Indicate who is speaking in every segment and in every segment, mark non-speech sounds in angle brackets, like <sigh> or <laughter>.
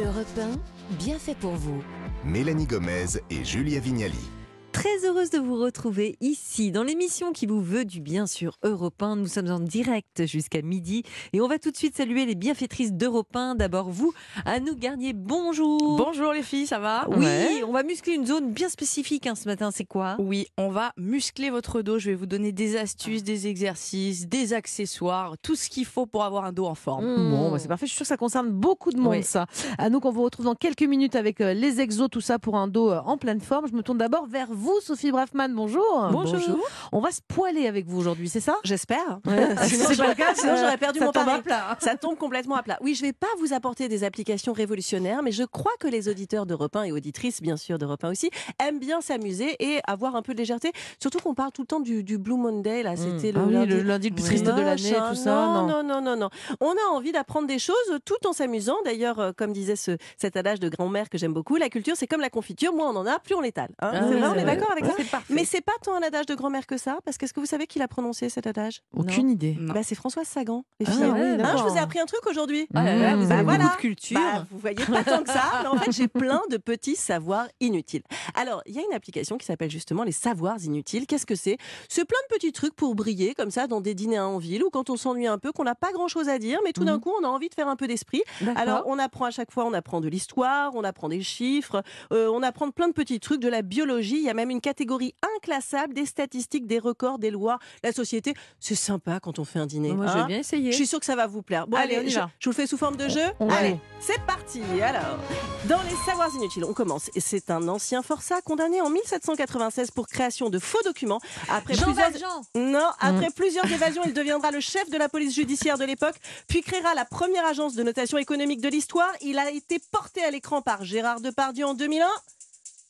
Speaker 1: Europe 1, bien fait pour vous.
Speaker 2: Mélanie Gomez et Julia Vignali.
Speaker 3: Très heureuse de vous retrouver ici dans l'émission qui vous veut du bien sur Europe 1. Nous sommes en direct jusqu'à midi et on va tout de suite saluer les bienfaitrices d'Europe 1. D'abord vous, Anne Garnier, bonjour. Ah
Speaker 4: Bonjour les filles, ça va
Speaker 3: Oui, on va muscler une zone bien spécifique hein, ce matin, c'est quoi
Speaker 4: Oui, on va muscler votre dos. Je vais vous donner des astuces, des exercices, des accessoires, tout ce qu'il faut pour avoir un dos en forme.
Speaker 3: Mmh.
Speaker 5: Bon, bah, c'est parfait. Je suis sûre que ça concerne beaucoup de monde,
Speaker 4: Oui.
Speaker 5: ça. Ah, donc, on vous retrouve dans quelques minutes avec euh, les exos, tout ça pour un dos euh, en pleine forme. Je me tourne d'abord vers vous, Sophie Braffman. Oh, Bonjour. On va se poiler avec vous aujourd'hui, c'est ça
Speaker 6: J'espère. Euh,
Speaker 5: Si c'est pas le cas,
Speaker 6: Sinon,
Speaker 5: euh,
Speaker 6: j'aurais perdu
Speaker 5: ça
Speaker 6: mon
Speaker 3: Ah,
Speaker 5: tombe
Speaker 6: pari.
Speaker 5: à plat.
Speaker 6: Ça tombe complètement à plat. Oui, je vais pas vous apporter des applications révolutionnaires, mais je crois que les auditeurs d'Europe 1 et auditrices, bien sûr, d'Europe 1 aussi, aiment bien s'amuser et avoir un peu de légèreté. Surtout qu'on parle tout le temps du, du Blue Monday, là. C'était le,
Speaker 5: Ah oui,
Speaker 6: lundi
Speaker 5: le lundi le plus triste de l'année,
Speaker 6: Machin.
Speaker 5: tout ça.
Speaker 6: Non, non, non, non, non. On a envie d'apprendre des choses tout en s'amusant. D'ailleurs, euh, comme disait ce, cet adage de grand-mère que j'aime beaucoup, la culture, c'est comme la confiture. Moins on en a, plus on l'étale. hein.
Speaker 4: Ah
Speaker 6: C'est
Speaker 4: oui,
Speaker 6: vrai, on
Speaker 4: c'est
Speaker 6: est
Speaker 4: vrai.
Speaker 6: d'accord avec ça
Speaker 4: C'est parfait.
Speaker 6: Mais c'est pas tant un adage de grand-mère que ça, parce qu'est-ce que vous savez qui l'a prononcé cet adage
Speaker 5: Aucune idée.
Speaker 4: Non.
Speaker 6: bah, c'est Françoise Sagan, les
Speaker 5: Ah
Speaker 6: filles.
Speaker 5: oui,
Speaker 6: Hein, je
Speaker 5: d'accord.
Speaker 6: vous ai appris un truc aujourd'hui.
Speaker 4: Ah là là,
Speaker 5: Mmh.
Speaker 4: vous avez
Speaker 6: Bah
Speaker 4: beaucoup
Speaker 6: voilà.
Speaker 4: de culture.
Speaker 6: Bah, vous voyez pas tant que
Speaker 5: <laughs>
Speaker 6: ça, mais en fait j'ai plein de petits savoirs inutiles. Alors il y a une application qui s'appelle justement les savoirs inutiles. Qu'est-ce que c'est C'est plein de petits trucs pour briller comme ça dans des dîners en ville ou quand on s'ennuie un peu, qu'on n'a pas grand-chose à dire, mais tout
Speaker 5: Mhm.
Speaker 6: d'un coup on a envie de faire un peu d'esprit. Alors on apprend à chaque fois, on apprend de l'histoire, on apprend des chiffres, euh, on apprend plein de petits trucs, de la biologie. Il y a même une catégorie inclassable des statistiques, des records, des lois, la société. C'est sympa quand on fait un dîner.
Speaker 3: Moi,
Speaker 6: hein
Speaker 3: je vais bien essayer.
Speaker 6: je suis sûre que ça va vous plaire. Bon,
Speaker 5: Allez,
Speaker 6: allez,
Speaker 5: on y
Speaker 6: je,
Speaker 5: va.
Speaker 6: je vous le fais sous forme de jeu.
Speaker 5: On va
Speaker 6: allez,
Speaker 5: aller.
Speaker 6: c'est parti. Alors, dans les savoirs inutiles, on commence. Et c'est un ancien forçat condamné en 1796 pour création de faux documents. Après
Speaker 3: Jean
Speaker 6: plusieurs...
Speaker 3: Valjean.
Speaker 6: Non,
Speaker 4: Mm.
Speaker 6: après plusieurs évasions, il deviendra le chef de la police judiciaire de l'époque, puis créera la première agence de notation économique de l'histoire. Il a été porté à l'écran par Gérard Depardieu en 2001.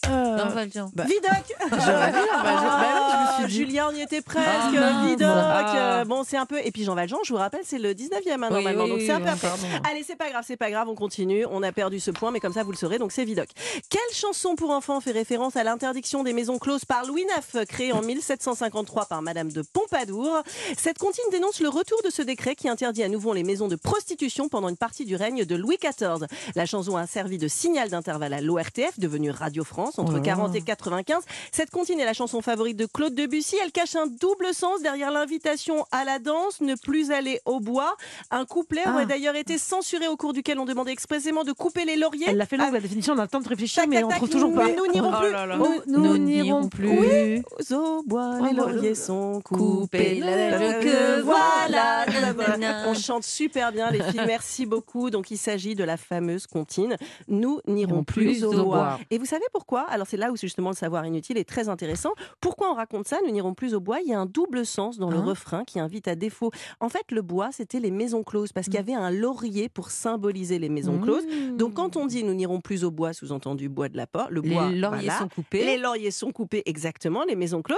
Speaker 6: Euh,
Speaker 3: Jean Valjean.
Speaker 4: Bah,
Speaker 6: Vidoc
Speaker 4: j'aurais dit, bah, je- bah oui, je me suis dit.
Speaker 6: Julien, on y était presque.
Speaker 3: Ah,
Speaker 6: Vidoc
Speaker 4: mince.
Speaker 6: euh, Bon, c'est un peu. Et puis Jean Valjean, je vous rappelle, c'est le 19e hein, normalement. donc c'est un peu après. Allez, c'est pas grave, c'est pas grave, on continue. On a perdu ce point, mais comme ça, vous le saurez, donc c'est Vidoc. Quelle chanson pour enfants fait référence à l'interdiction des maisons closes par Louis IX, créée en 1753 par Madame de Pompadour Cette comptine dénonce le retour de ce décret qui interdit à nouveau les maisons de prostitution pendant une partie du règne de Louis XIV. La chanson a servi de signal d'intervalle à l'ORTF, devenue Radio France, entre 40 et 95. Cette comptine est la chanson favorite de Claude Debussy. Elle cache un double sens derrière l'invitation à la danse, ne plus aller au bois. Un couplet
Speaker 5: Ah.
Speaker 6: aurait d'ailleurs été censuré au cours duquel on demandait expressément de couper les lauriers.
Speaker 5: Elle l'a fait longue,
Speaker 6: Ah,
Speaker 5: la définition, on a le temps de réfléchir,
Speaker 6: tac,
Speaker 5: mais
Speaker 6: tac,
Speaker 5: on
Speaker 6: tac,
Speaker 5: trouve toujours
Speaker 6: nous-
Speaker 5: pas.
Speaker 6: nous n'irons
Speaker 4: Oh
Speaker 6: plus.
Speaker 4: là là.
Speaker 6: Nous-
Speaker 3: Nous n'irons plus.
Speaker 6: Au bois,
Speaker 5: Ah,
Speaker 6: les
Speaker 5: voilà.
Speaker 6: lauriers sont
Speaker 3: Couper
Speaker 6: coupés.
Speaker 3: le
Speaker 6: Euh,
Speaker 3: que voilà,
Speaker 4: Bah,
Speaker 3: nanana.
Speaker 6: On chante super bien, les filles.
Speaker 5: <laughs>
Speaker 6: Merci beaucoup. Donc, il s'agit de la fameuse comptine. Nous n'irons plus au bois. Et vous savez pourquoi Alors, c'est là où justement le savoir inutile est très intéressant. Pourquoi on raconte ça Nous n'irons plus au bois. Il y a un double sens dans le
Speaker 5: Hein
Speaker 6: refrain qui invite à défaut. En fait, le bois, c'était les maisons closes parce qu'il y
Speaker 5: Mm.
Speaker 6: avait un laurier pour symboliser les maisons closes. Donc, quand on dit nous n'irons plus au bois, sous-entendu bois de la porte, le
Speaker 3: Les
Speaker 6: bois.
Speaker 3: lauriers
Speaker 6: voilà.
Speaker 3: sont coupés.
Speaker 6: Les lauriers sont coupés, exactement, les maisons closes.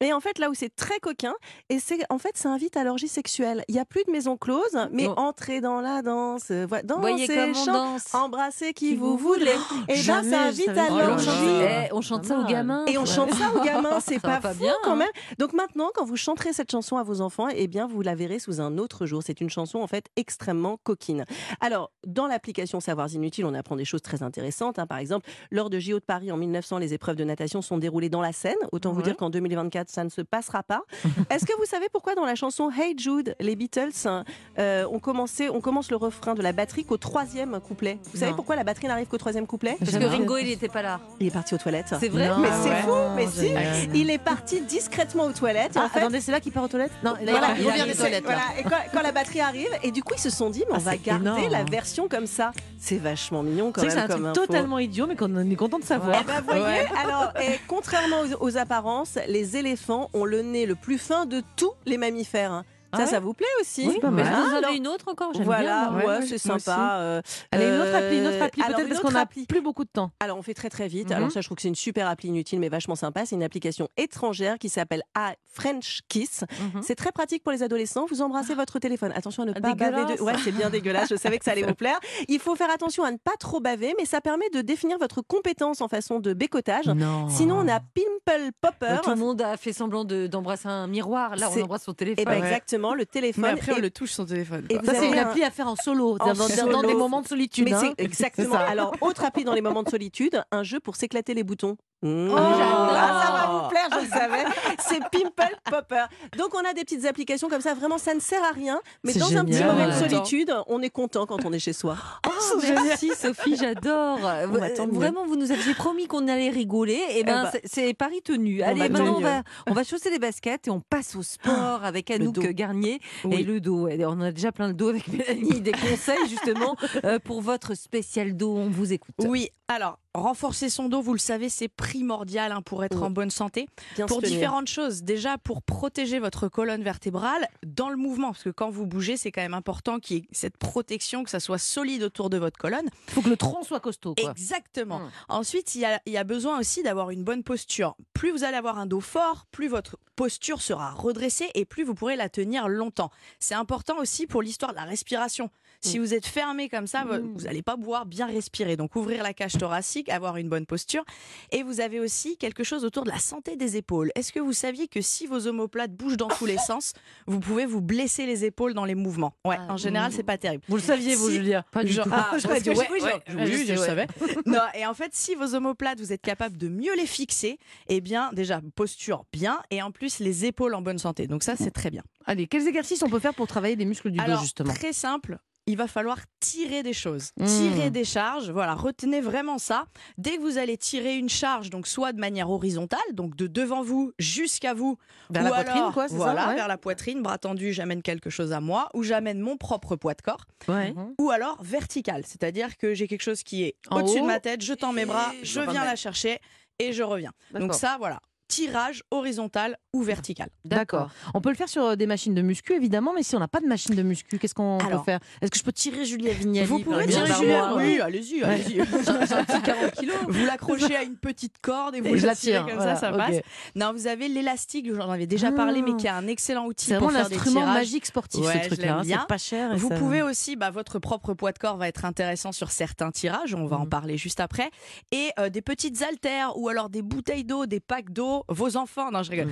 Speaker 6: Et en fait, là où c'est très coquin, et c'est en fait, ça invite à l'orgie sexuelle. Il n'y a plus de maison close, mais
Speaker 3: Non.
Speaker 6: entrez dans la danse, euh, voilà,
Speaker 3: Voyez
Speaker 6: dansez,
Speaker 3: comme on
Speaker 6: chantez,
Speaker 3: danse.
Speaker 6: embrassez qui vous voulez. Et ben,
Speaker 5: jamais je
Speaker 6: ça invite
Speaker 5: savais
Speaker 6: à
Speaker 5: ça.
Speaker 3: Oh là
Speaker 6: l'orgie.
Speaker 3: là. Eh, on chante ça aux gamins.
Speaker 6: Et on chante ça aux gamins, c'est
Speaker 3: Ça
Speaker 6: pas,
Speaker 3: va pas
Speaker 6: fou
Speaker 3: bien,
Speaker 6: quand
Speaker 3: hein.
Speaker 6: même. Donc maintenant, quand vous chanterez cette chanson à vos enfants, eh bien, vous la verrez sous un autre jour. C'est une chanson en fait extrêmement coquine. Alors, dans l'application Savoirs Inutiles, on apprend des choses très intéressantes. hein. Par exemple, lors de JO de Paris en 1900, les épreuves de natation sont déroulées dans la Seine. Autant vous dire qu'en 2024, ça ne se
Speaker 3: <laughs>
Speaker 6: passera pas. Est-ce que vous savez pourquoi dans la chanson Hey Jude, les Beatles hein, euh, ont commencé, on commence le refrain de la batterie qu'au troisième couplet. Vous savez
Speaker 3: Non.
Speaker 6: pourquoi la batterie n'arrive qu'au troisième couplet
Speaker 3: Parce que Ringo, il n'était pas là.
Speaker 6: Il est parti aux toilettes.
Speaker 3: C'est vrai
Speaker 6: Mais c'est fou, mais si.
Speaker 5: Ah Oh, génial.
Speaker 6: Il est parti discrètement aux toilettes. et
Speaker 5: Ah,
Speaker 6: en fait,
Speaker 5: Attendez, c'est là qu'il part aux toilettes Non, là,
Speaker 6: voilà,
Speaker 5: il
Speaker 6: il
Speaker 5: revient
Speaker 6: arrive,
Speaker 5: des
Speaker 6: c'est-
Speaker 5: toilettes. là.
Speaker 6: voilà, et quand, quand la batterie arrive, et du coup ils se sont dit, mais on
Speaker 5: Ah,
Speaker 6: va
Speaker 5: c'est
Speaker 6: garder
Speaker 5: énorme.
Speaker 6: la version comme ça. C'est vachement mignon quand
Speaker 5: C'est vrai
Speaker 6: même.
Speaker 5: que c'est un
Speaker 6: comme
Speaker 5: truc
Speaker 6: info.
Speaker 5: totalement idiot, mais qu'on on est content de savoir.
Speaker 6: Eh ben, voyez, <laughs> alors, et contrairement aux, aux apparences, les éléphants ont le nez le plus fin de tous les mammifères. hein. Ça,
Speaker 5: Ah ouais
Speaker 6: ça vous plaît aussi
Speaker 5: Oui, pas
Speaker 3: Mais
Speaker 5: mal.
Speaker 6: Ah,
Speaker 3: vous en
Speaker 6: alors,
Speaker 3: avez une autre encore J'aime bien,
Speaker 6: Voilà,
Speaker 3: moi.
Speaker 6: ouais,
Speaker 4: Ouais,
Speaker 6: c'est
Speaker 4: moi aussi.
Speaker 6: sympa. euh,
Speaker 5: Allez, une autre appli, une autre
Speaker 6: euh,
Speaker 5: appli,
Speaker 6: alors,
Speaker 5: peut-être
Speaker 6: une
Speaker 5: parce
Speaker 6: autre
Speaker 5: qu'on a
Speaker 6: appli.
Speaker 5: plus beaucoup de temps.
Speaker 6: Alors on fait très très vite.
Speaker 5: Mhm.
Speaker 6: Alors ça je trouve que c'est une super appli inutile mais vachement sympa. C'est une application étrangère qui s'appelle A French Kiss.
Speaker 5: Mhm.
Speaker 6: C'est très pratique pour les adolescents. Vous embrassez votre téléphone. Attention à ne pas baver.
Speaker 5: dégueulasse.
Speaker 6: De... Ouais c'est bien dégueulasse. Je savais que ça allait vous plaire. Il faut faire attention
Speaker 5: Mm.
Speaker 6: à ne pas trop baver mais ça permet de définir votre compétence en façon de bécotage.
Speaker 5: Non.
Speaker 6: Sinon on a Pimp Pimple
Speaker 5: Euh,
Speaker 6: Popper.
Speaker 3: Euh, Tout le monde a fait semblant de- d'embrasser un miroir. Là, on
Speaker 6: C'est-
Speaker 3: embrasse son
Speaker 6: Et
Speaker 3: téléphone.
Speaker 6: ben
Speaker 4: Ouais.
Speaker 6: exactement, le téléphone.
Speaker 4: Mais après, on
Speaker 6: Et-
Speaker 4: le touche son téléphone.
Speaker 6: et
Speaker 4: quoi.
Speaker 6: vous
Speaker 5: Ça, c'est
Speaker 6: avez
Speaker 5: une
Speaker 6: un-
Speaker 5: appli à faire en solo, dans, dans- dans des
Speaker 6: solo.
Speaker 5: moments de solitude.
Speaker 6: Mais
Speaker 5: hein.
Speaker 6: c'est exactement.
Speaker 5: ça.
Speaker 6: Alors, autre appli dans les moments de solitude, un jeu pour s'éclater les boutons.
Speaker 5: Oh,
Speaker 6: Mmh.
Speaker 3: j'adore.
Speaker 6: Ah, ça va vous plaire, je le savais. C'est Pimple Popper. Donc, on a des petites applications comme ça. Vraiment, ça ne sert à rien. Mais
Speaker 5: C'est
Speaker 6: dans un petit
Speaker 5: génial.
Speaker 6: moment de
Speaker 3: Ouais.
Speaker 6: solitude, on est content quand on est
Speaker 5: <gasps>
Speaker 6: chez soi. <laughs>
Speaker 3: Ah, merci Sophie, j'adore. Euh,
Speaker 6: bah, tant mieux.
Speaker 3: Vraiment, vous nous aviez promis qu'on allait rigoler. Et ben,
Speaker 6: bah.
Speaker 3: c'est- c'est pari tenu. Allez,
Speaker 6: bah, tant
Speaker 3: maintenant on
Speaker 6: mieux. Ah,
Speaker 3: va, on va chausser les baskets et on passe au sport avec Anouk
Speaker 6: dos.
Speaker 3: Garnier et
Speaker 6: Oui.
Speaker 3: le dos. ouais. On a déjà plein le dos avec Mélanie. Des conseils
Speaker 6: <laughs>
Speaker 3: justement euh, pour votre spécial dos. On vous écoute.
Speaker 4: Oui, alors, renforcer son dos, vous le savez, c'est primordial hein, pour être
Speaker 6: Oui.
Speaker 4: en bonne santé.
Speaker 6: Bien
Speaker 4: pour
Speaker 6: se tenir.
Speaker 4: différentes choses. Déjà, pour protéger votre colonne vertébrale dans le mouvement, parce que quand vous bougez, c'est quand même important qu'il y ait cette protection, que ça soit solide autour de votre colonne.
Speaker 5: Il faut que le tronc soit costaud. Quoi.
Speaker 4: Exactement.
Speaker 5: Mm.
Speaker 4: Ensuite, il y, a, il y a besoin aussi d'avoir une bonne posture. Plus vous allez avoir un dos fort, plus votre posture sera redressée et plus vous pourrez la tenir longtemps. C'est important aussi pour l'histoire de la respiration. Si vous êtes fermé comme ça, vo- vous n'allez pas pouvoir bien respirer. Donc ouvrir la cage thoracique, avoir une bonne posture. Et vous avez aussi quelque chose autour de la santé des épaules. Est-ce que vous saviez que si vos omoplates bougent dans tous les sens, vous pouvez vous blesser les épaules dans les mouvements Ouais,
Speaker 3: Ah,
Speaker 4: en général, c'est pas terrible.
Speaker 5: Vous le saviez, vous,
Speaker 4: Si-
Speaker 5: Julia
Speaker 3: Pas du
Speaker 4: Genre-
Speaker 3: tout.
Speaker 4: Ah,
Speaker 5: Je
Speaker 4: parce
Speaker 5: l'ai dit,
Speaker 4: que
Speaker 5: ouais,
Speaker 4: j'ai-
Speaker 5: ouais,
Speaker 4: ouais,
Speaker 5: ouais,
Speaker 4: oui,
Speaker 5: je sais, ouais.
Speaker 4: <laughs> non, et en fait, si vos omoplates, vous êtes capable de mieux les fixer, eh bien, déjà, posture bien, et en plus, les épaules en bonne santé. Donc ça, c'est très bien.
Speaker 5: Allez, quels exercices on peut faire pour travailler les muscles du
Speaker 4: Alors,
Speaker 5: dos, justement
Speaker 4: très simple. Il va falloir tirer des choses,
Speaker 5: Mmh.
Speaker 4: tirer des charges. Voilà, retenez vraiment ça. Dès que vous allez tirer une charge, donc soit de manière horizontale, donc de devant vous jusqu'à vous,
Speaker 5: Vers
Speaker 4: ou
Speaker 5: la poitrine,
Speaker 4: alors,
Speaker 5: quoi, c'est ça,
Speaker 4: voilà,
Speaker 5: ouais.
Speaker 4: vers la poitrine, bras tendu, j'amène quelque chose à moi, ou j'amène mon propre poids de corps.
Speaker 5: Mhm.
Speaker 4: ou alors vertical, c'est-à-dire que j'ai quelque chose qui est
Speaker 5: En
Speaker 4: au-dessus
Speaker 5: haut.
Speaker 4: de ma tête, je tends mes bras,
Speaker 5: Et
Speaker 4: je
Speaker 5: je
Speaker 4: viens
Speaker 5: remets.
Speaker 4: la chercher et je reviens. Donc
Speaker 5: D'accord.
Speaker 4: ça, voilà, tirage horizontal ou vertical.
Speaker 5: D'accord. On peut le faire sur euh, des machines de muscu, évidemment, mais si on n'a pas de machine de muscu, qu'est-ce qu'on peut
Speaker 4: Alors,
Speaker 5: faire Est-ce que je peux tirer Julia Vignali
Speaker 4: Vous
Speaker 5: par
Speaker 4: pouvez
Speaker 5: exemple Bah,
Speaker 4: tirer
Speaker 5: par
Speaker 4: Julien,
Speaker 5: mois
Speaker 4: oui, allez-y,
Speaker 5: <laughs>
Speaker 4: allez-y. Vous l'accrochez à une petite corde et vous
Speaker 5: Et euh, je la
Speaker 4: tirez
Speaker 5: tire.
Speaker 4: comme
Speaker 5: voilà,
Speaker 4: ça, ça
Speaker 5: ok.
Speaker 4: passe. Non, vous avez l'élastique, j'en avais déjà
Speaker 5: Ah.
Speaker 4: parlé, mais qui est un excellent outil
Speaker 5: C'est
Speaker 4: pour
Speaker 5: vraiment
Speaker 4: faire des
Speaker 5: l'instrument
Speaker 4: tirages.
Speaker 5: magique sportif,
Speaker 4: Ouais,
Speaker 5: ce
Speaker 4: je
Speaker 5: truc-là.
Speaker 4: l'aime
Speaker 5: hein,
Speaker 4: bien.
Speaker 5: C'est pas cher. et
Speaker 4: Vous
Speaker 5: ça-
Speaker 4: pouvez aussi, bah, votre propre poids de corps va être intéressant sur certains tirages, on va en parler juste après, et euh, des petites haltères ou alors des bouteilles d'eau, des packs d'eau, vos enfants, non je rigole.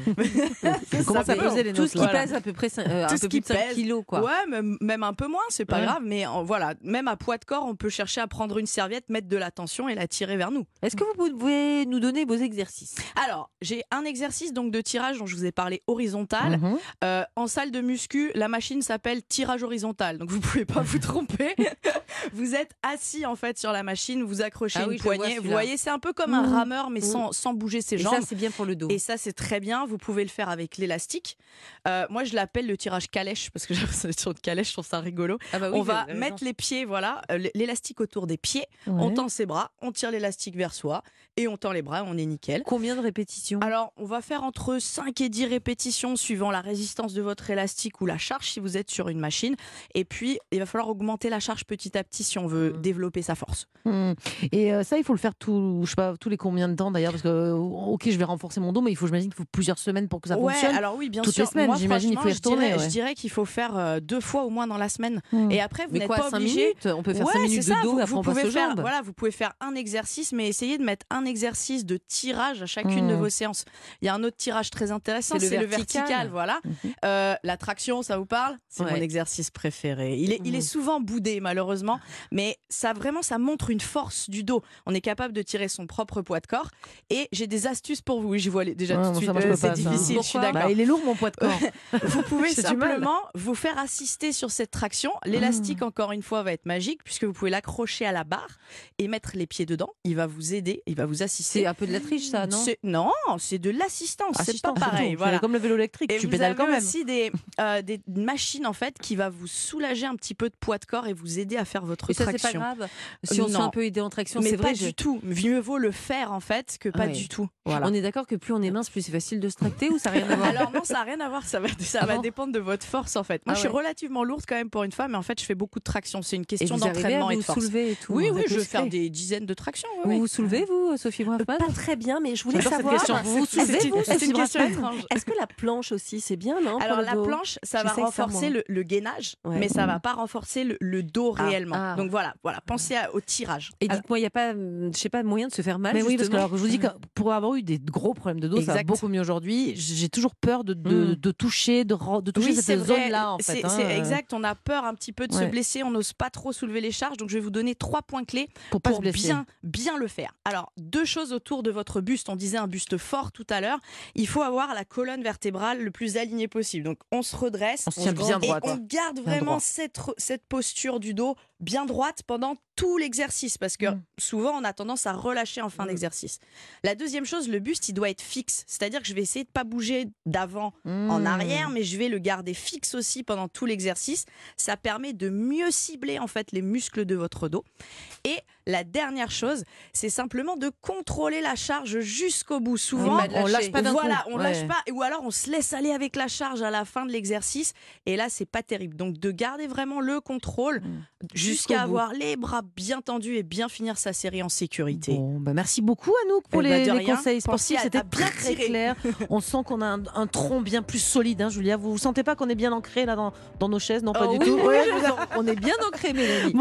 Speaker 5: On commence à
Speaker 4: fait-
Speaker 5: peser les
Speaker 3: Tout ce qui
Speaker 5: nôtres, voilà.
Speaker 3: pèse à peu près cin- euh, un
Speaker 4: Tout
Speaker 3: peu
Speaker 4: ce
Speaker 3: plus
Speaker 4: qui
Speaker 3: de 5
Speaker 4: pèse.
Speaker 3: kilos quoi.
Speaker 4: Ouais, même, même un peu moins, c'est pas
Speaker 5: Ouais.
Speaker 4: grave, mais euh, voilà, même à poids de corps, on peut chercher à prendre une serviette, mettre de la tension et la tirer vers nous.
Speaker 3: Est-ce que vous pouvez nous donner vos exercices
Speaker 4: Alors, j'ai un exercice donc de tirage dont je vous ai parlé horizontal.
Speaker 5: Mhm.
Speaker 4: Euh, en salle de muscu, la machine s'appelle tirage horizontal, donc vous pouvez pas vous tromper.
Speaker 3: <laughs>
Speaker 4: vous êtes assis en fait sur la machine, vous accrochez
Speaker 3: Ah oui, je le
Speaker 4: une
Speaker 3: vois,
Speaker 4: poignée. vous
Speaker 3: celui-là.
Speaker 4: voyez, c'est un peu comme un
Speaker 5: Mmh.
Speaker 4: rameur, mais sans, sans bouger ses
Speaker 3: Et
Speaker 4: jambes.
Speaker 3: ça c'est bien pour le dos.
Speaker 4: et ça, c'est très bien. Vous pouvez le faire avec l'élastique. Euh, moi, je l'appelle le tirage calèche parce que <laughs> j'ai l'impression de calèche, je trouve ça rigolo.
Speaker 3: Ah bah oui,
Speaker 4: on
Speaker 3: vous avez
Speaker 4: va
Speaker 3: raison.
Speaker 4: mettre les pieds, voilà, euh, l'élastique autour des pieds. On
Speaker 5: Ouais.
Speaker 4: tend ses bras, on tire l'élastique vers soi et on tend les bras. On est nickel.
Speaker 3: combien de répétitions
Speaker 4: Alors, on va faire entre 5 et 10 répétitions suivant la résistance de votre élastique ou la charge si vous êtes sur une machine. Et puis, il va falloir augmenter la charge petit à petit si on veut
Speaker 5: Mmh.
Speaker 3: Mhm.
Speaker 4: développer sa force.
Speaker 5: Hmm. Et euh, ça, il faut le faire tout, je sais pas, tous les combien de temps d'ailleurs Parce que, euh, ok, je vais renforcer mon dos, mais il faut, j'imagine, qu'il faut plusieurs semaines pour que ça
Speaker 4: ouais,
Speaker 5: fonctionne.
Speaker 4: alors oui, bien
Speaker 5: Toutes
Speaker 4: sûr.
Speaker 5: les semaines,
Speaker 4: Moi,
Speaker 5: j'imagine, il faut y
Speaker 4: franchement, je
Speaker 5: retourner,
Speaker 4: dirais-
Speaker 5: ouais.
Speaker 4: Je dirais qu'il faut faire euh, deux fois au moins dans la semaine.
Speaker 5: Hmm.
Speaker 4: Et après, vous
Speaker 3: Mais
Speaker 4: n'êtes
Speaker 3: quoi
Speaker 4: pas
Speaker 3: 5
Speaker 4: obligé.
Speaker 3: minutes On peut faire
Speaker 4: Ouais,
Speaker 3: 5
Speaker 4: c'est
Speaker 3: minutes
Speaker 4: ça,
Speaker 3: de dos et
Speaker 4: vous, vous
Speaker 3: après on passe
Speaker 4: pouvez
Speaker 3: aux
Speaker 4: faire,
Speaker 3: jambes.
Speaker 4: voilà, vous pouvez faire un exercice, mais essayez de mettre un exercice de tirage à chacune
Speaker 5: Mhm.
Speaker 4: de vos séances. Il y a un autre tirage très intéressant,
Speaker 3: Mmh. C'est le
Speaker 4: c'est le,
Speaker 3: vertical. Mmh.
Speaker 4: vertical. voilà.
Speaker 5: Mhm.
Speaker 4: Euh, la traction, ça vous parle C'est
Speaker 3: Ouais. Mmh.
Speaker 4: mon exercice préféré. Il est, il est souvent boudé malheureusement, mais ça vraiment, ça montre une force du dos. On est capable de tirer son propre poids de corps. Et j'ai des astuces pour vous. J'y vois les- déjà
Speaker 5: Ouais,
Speaker 4: tout
Speaker 5: bon,
Speaker 4: de
Speaker 5: ça,
Speaker 4: suite.
Speaker 5: moi, je
Speaker 4: euh,
Speaker 5: peux
Speaker 4: c'est
Speaker 5: pas, ça.
Speaker 4: difficile. Je suis
Speaker 3: Pourquoi
Speaker 4: d'accord.
Speaker 5: Bah, il est lourd, mon poids de
Speaker 4: <laughs>
Speaker 5: corps.
Speaker 3: <laughs>
Speaker 4: Vous pouvez
Speaker 5: J'ai du mal.
Speaker 4: simplement vous faire assister sur cette traction. L'élastique,
Speaker 3: Hmm.
Speaker 4: encore une fois, va être magique puisque vous pouvez l'accrocher à la barre et mettre les pieds dedans. Il va vous aider, il va vous
Speaker 3: C'est
Speaker 4: assister.
Speaker 3: un peu de la triche ça, non
Speaker 4: C'est- Non, c'est de l'assistance. C'est pas
Speaker 5: Assistant, surtout.
Speaker 4: pareil.
Speaker 5: Ah, C'est
Speaker 4: Voilà.
Speaker 5: Comme le vélo électrique,
Speaker 4: Et
Speaker 5: tu
Speaker 4: vous
Speaker 5: pédales
Speaker 4: avez
Speaker 5: quand même.
Speaker 4: aussi des, euh, des machines en fait qui va vous soulager un petit peu de poids de corps et vous aider à faire votre
Speaker 3: Et ça c'est
Speaker 4: traction.
Speaker 3: pas
Speaker 5: Euh,
Speaker 3: grave Si on s'est
Speaker 4: Non.
Speaker 3: un peu aidé en traction,
Speaker 4: Mais
Speaker 3: c'est
Speaker 4: pas
Speaker 3: vrai. je-
Speaker 4: du tout. Mieux vaut le faire en fait que pas
Speaker 3: Ouais.
Speaker 4: du tout. Voilà.
Speaker 3: On est d'accord que plus on est mince, plus c'est facile de se tracter ou ça
Speaker 5: <laughs>
Speaker 3: n'a rien à voir
Speaker 4: Alors non, ça n'a rien à voir, ça va, ça
Speaker 3: Ah
Speaker 4: va
Speaker 3: bon
Speaker 4: dépendre de votre force en fait. Moi
Speaker 3: Ah
Speaker 4: je suis
Speaker 3: ouais.
Speaker 4: relativement lourde quand même pour une femme, mais en fait je fais beaucoup de traction, c'est une
Speaker 3: Et
Speaker 4: question
Speaker 3: vous arrivez à
Speaker 4: d'entraînement et
Speaker 3: vous
Speaker 4: de force.
Speaker 3: soulever et tout
Speaker 5: hein,
Speaker 3: hein,
Speaker 4: Oui,
Speaker 3: vous
Speaker 4: oui,
Speaker 3: êtes
Speaker 4: je vais faire
Speaker 3: musclé.
Speaker 4: des dizaines de tractions. oui,
Speaker 3: Vous
Speaker 4: oui.
Speaker 3: vous soulevez vous, Sophie Braffman
Speaker 6: Pas très bien, mais je voulais
Speaker 5: J'adore cette
Speaker 6: savoir.
Speaker 5: question. Vous vous
Speaker 6: Est-ce
Speaker 5: soulevez,
Speaker 6: que-
Speaker 5: vous,
Speaker 6: est-ce
Speaker 4: C'est une
Speaker 5: Sophie
Speaker 4: question
Speaker 5: Braffman
Speaker 4: étrange.
Speaker 6: Est-ce que la planche aussi, c'est bien, non pour
Speaker 4: Alors
Speaker 6: le
Speaker 4: la
Speaker 6: dos
Speaker 4: planche, ça va
Speaker 6: J'essaye ça,
Speaker 4: renforcer
Speaker 6: moi.
Speaker 4: le, le gainage,
Speaker 6: Ouais. Mm.
Speaker 4: mais ça va pas renforcer le, le dos
Speaker 6: Ah,
Speaker 4: réellement.
Speaker 3: ah.
Speaker 4: Donc voilà, voilà, pensez à- au tirage.
Speaker 3: Et dites-moi, il n'y a pas, hum, je sais pas, moyen de se faire mal
Speaker 5: Mais oui, parce que
Speaker 3: justement
Speaker 5: alors, je vous dis que pour avoir eu des gros problèmes problèmes de dos, ça va
Speaker 4: Exact.
Speaker 5: beaucoup mieux aujourd'hui. J'ai toujours peur de, de,
Speaker 3: Mm.
Speaker 5: de toucher, de, ren- de toucher
Speaker 4: Oui, c'est
Speaker 5: cette
Speaker 4: vrai.
Speaker 5: zone-là, en
Speaker 4: C'est
Speaker 5: fait. hein,
Speaker 4: c'est
Speaker 5: euh,
Speaker 4: exact. On a peur un petit peu de
Speaker 5: Ouais.
Speaker 4: se blesser. On n'ose pas trop soulever les charges. Donc, je vais vous donner trois points clés
Speaker 5: Pour pas se
Speaker 4: pour
Speaker 5: blesser.
Speaker 4: bien, bien le faire. Alors, deux choses autour de votre buste. On disait un buste fort tout à l'heure. Il faut avoir la colonne vertébrale le plus alignée possible. Donc, on se redresse.
Speaker 5: On se tient bien
Speaker 4: Et
Speaker 5: droite.
Speaker 4: on garde
Speaker 5: droit.
Speaker 4: vraiment cette, re- cette posture du dos bien droite pendant tout l'exercice parce que
Speaker 5: Mm.
Speaker 4: souvent on a tendance à relâcher en fin d'exercice. La deuxième chose, le buste il doit être fixe, c'est-à-dire que je vais essayer de pas bouger d'avant en
Speaker 5: Mm.
Speaker 4: arrière, mais je vais le garder fixe aussi pendant tout l'exercice. Ça permet de mieux cibler en fait les muscles de votre dos. Et la dernière chose, c'est simplement de contrôler la charge jusqu'au bout. Souvent,
Speaker 5: pas de lâcher. d'un
Speaker 4: voilà,
Speaker 5: coup.
Speaker 4: on
Speaker 5: Ouais.
Speaker 4: lâche pas, ou alors on se laisse aller avec la charge à la fin de l'exercice, et là c'est pas terrible. Donc de garder vraiment le contrôle
Speaker 5: Mm. Jusqu'au
Speaker 4: jusqu'à
Speaker 5: bout.
Speaker 4: avoir les bras bien tendus et bien finir sa série en sécurité.
Speaker 5: Bon, bah merci beaucoup Anouk pour
Speaker 4: Eh
Speaker 5: les,
Speaker 4: ben, de
Speaker 5: les
Speaker 4: rien.
Speaker 5: conseils
Speaker 4: Pensez
Speaker 5: sportifs,
Speaker 4: à-
Speaker 5: c'était
Speaker 4: à bien
Speaker 5: très, très
Speaker 4: tirer.
Speaker 5: clair.
Speaker 4: <laughs>
Speaker 5: On sent qu'on a un, un tronc bien plus solide, hein, Julia. Vous vous sentez pas qu'on est bien ancré là dans, dans nos chaises Non, pas
Speaker 4: Oh
Speaker 5: du
Speaker 4: <laughs> oui,
Speaker 5: tout.
Speaker 4: oui,
Speaker 5: Ouais,
Speaker 4: je
Speaker 5: vous
Speaker 4: sens.
Speaker 5: en- on est bien ancré, Mélanie.